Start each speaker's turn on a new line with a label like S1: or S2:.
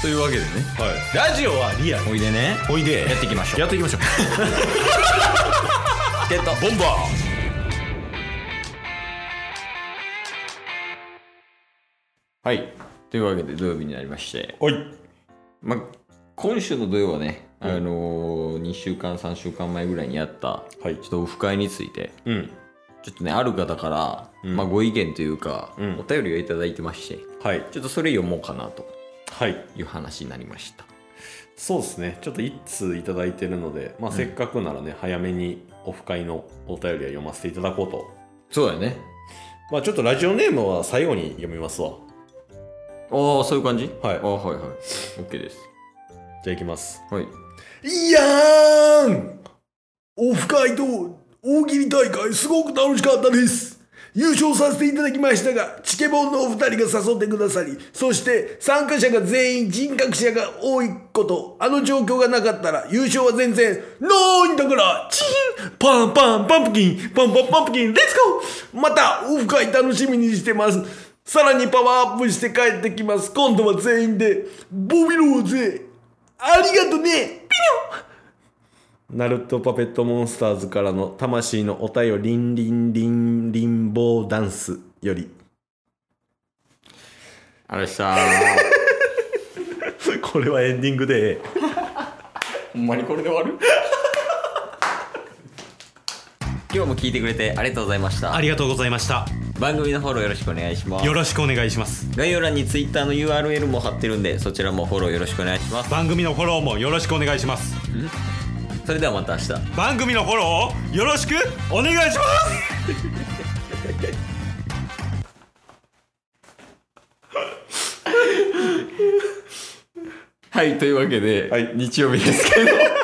S1: というわけでね
S2: はい、ラジオはリアル
S1: おいでね
S2: おいで
S1: やっていきましょう
S2: やっていきましょう
S1: ゲット
S2: ボンバ
S1: はいというわけで土曜日になりまして
S2: ーはい
S1: まあ今週の土曜はね、あのー、2週間3週間前ぐらいにやった
S2: はい
S1: ちょっとオフ会について
S2: うん
S1: ちょっとねある方から、
S2: うん
S1: まあ、ご意見というか、
S2: うん
S1: お便りをいただいてまして
S2: はい
S1: ちょっとそれ読もうかなと
S2: はい
S1: いう話になりました
S2: そうですねちょっと一通いただいてるので、まあ、
S1: うん
S2: せっかくならね、早めにオフ会のお便りは読ませていただこうと
S1: そうだよね
S2: まあちょっとラジオネームは最後に読みますわ
S1: ああそういう感じ
S2: はい
S1: あーはいはい OK です
S2: じゃあいきます
S1: はい
S2: いやーんオフ会と大喜利大会すごく楽しかったです優勝させていただきましたがチケボンのお二人が誘ってくださりそして参加者が全員人格者が多いことあの状況がなかったら優勝は全然ないんだからチヒンパンパンパンプキンパンパンパンプキンレッツゴーまたオフ会楽しみにしてますさらにパワーアップして帰ってきます今度は全員でボビローぜありがとねナルトパペットモンスターズからの魂のお便りんりんりんりんぼうダンスより
S1: あれさー
S2: これはエンディングで
S1: ほんまにこれで終わる今日も聞いてくれてありがとうございました
S3: ありがとうございました。
S1: 番組のフォローよろしくお願いします
S3: よろしくお願いします。
S1: 概要欄に Twitter の URL も貼ってるんでそちらもフォローよろしくお願いします
S3: 番組のフォローもよろしくお願いします。
S1: それではまた明日
S3: 番組のフォローをよろしくお願いします
S1: はいというわけで、
S2: はい
S1: 日曜日ですけど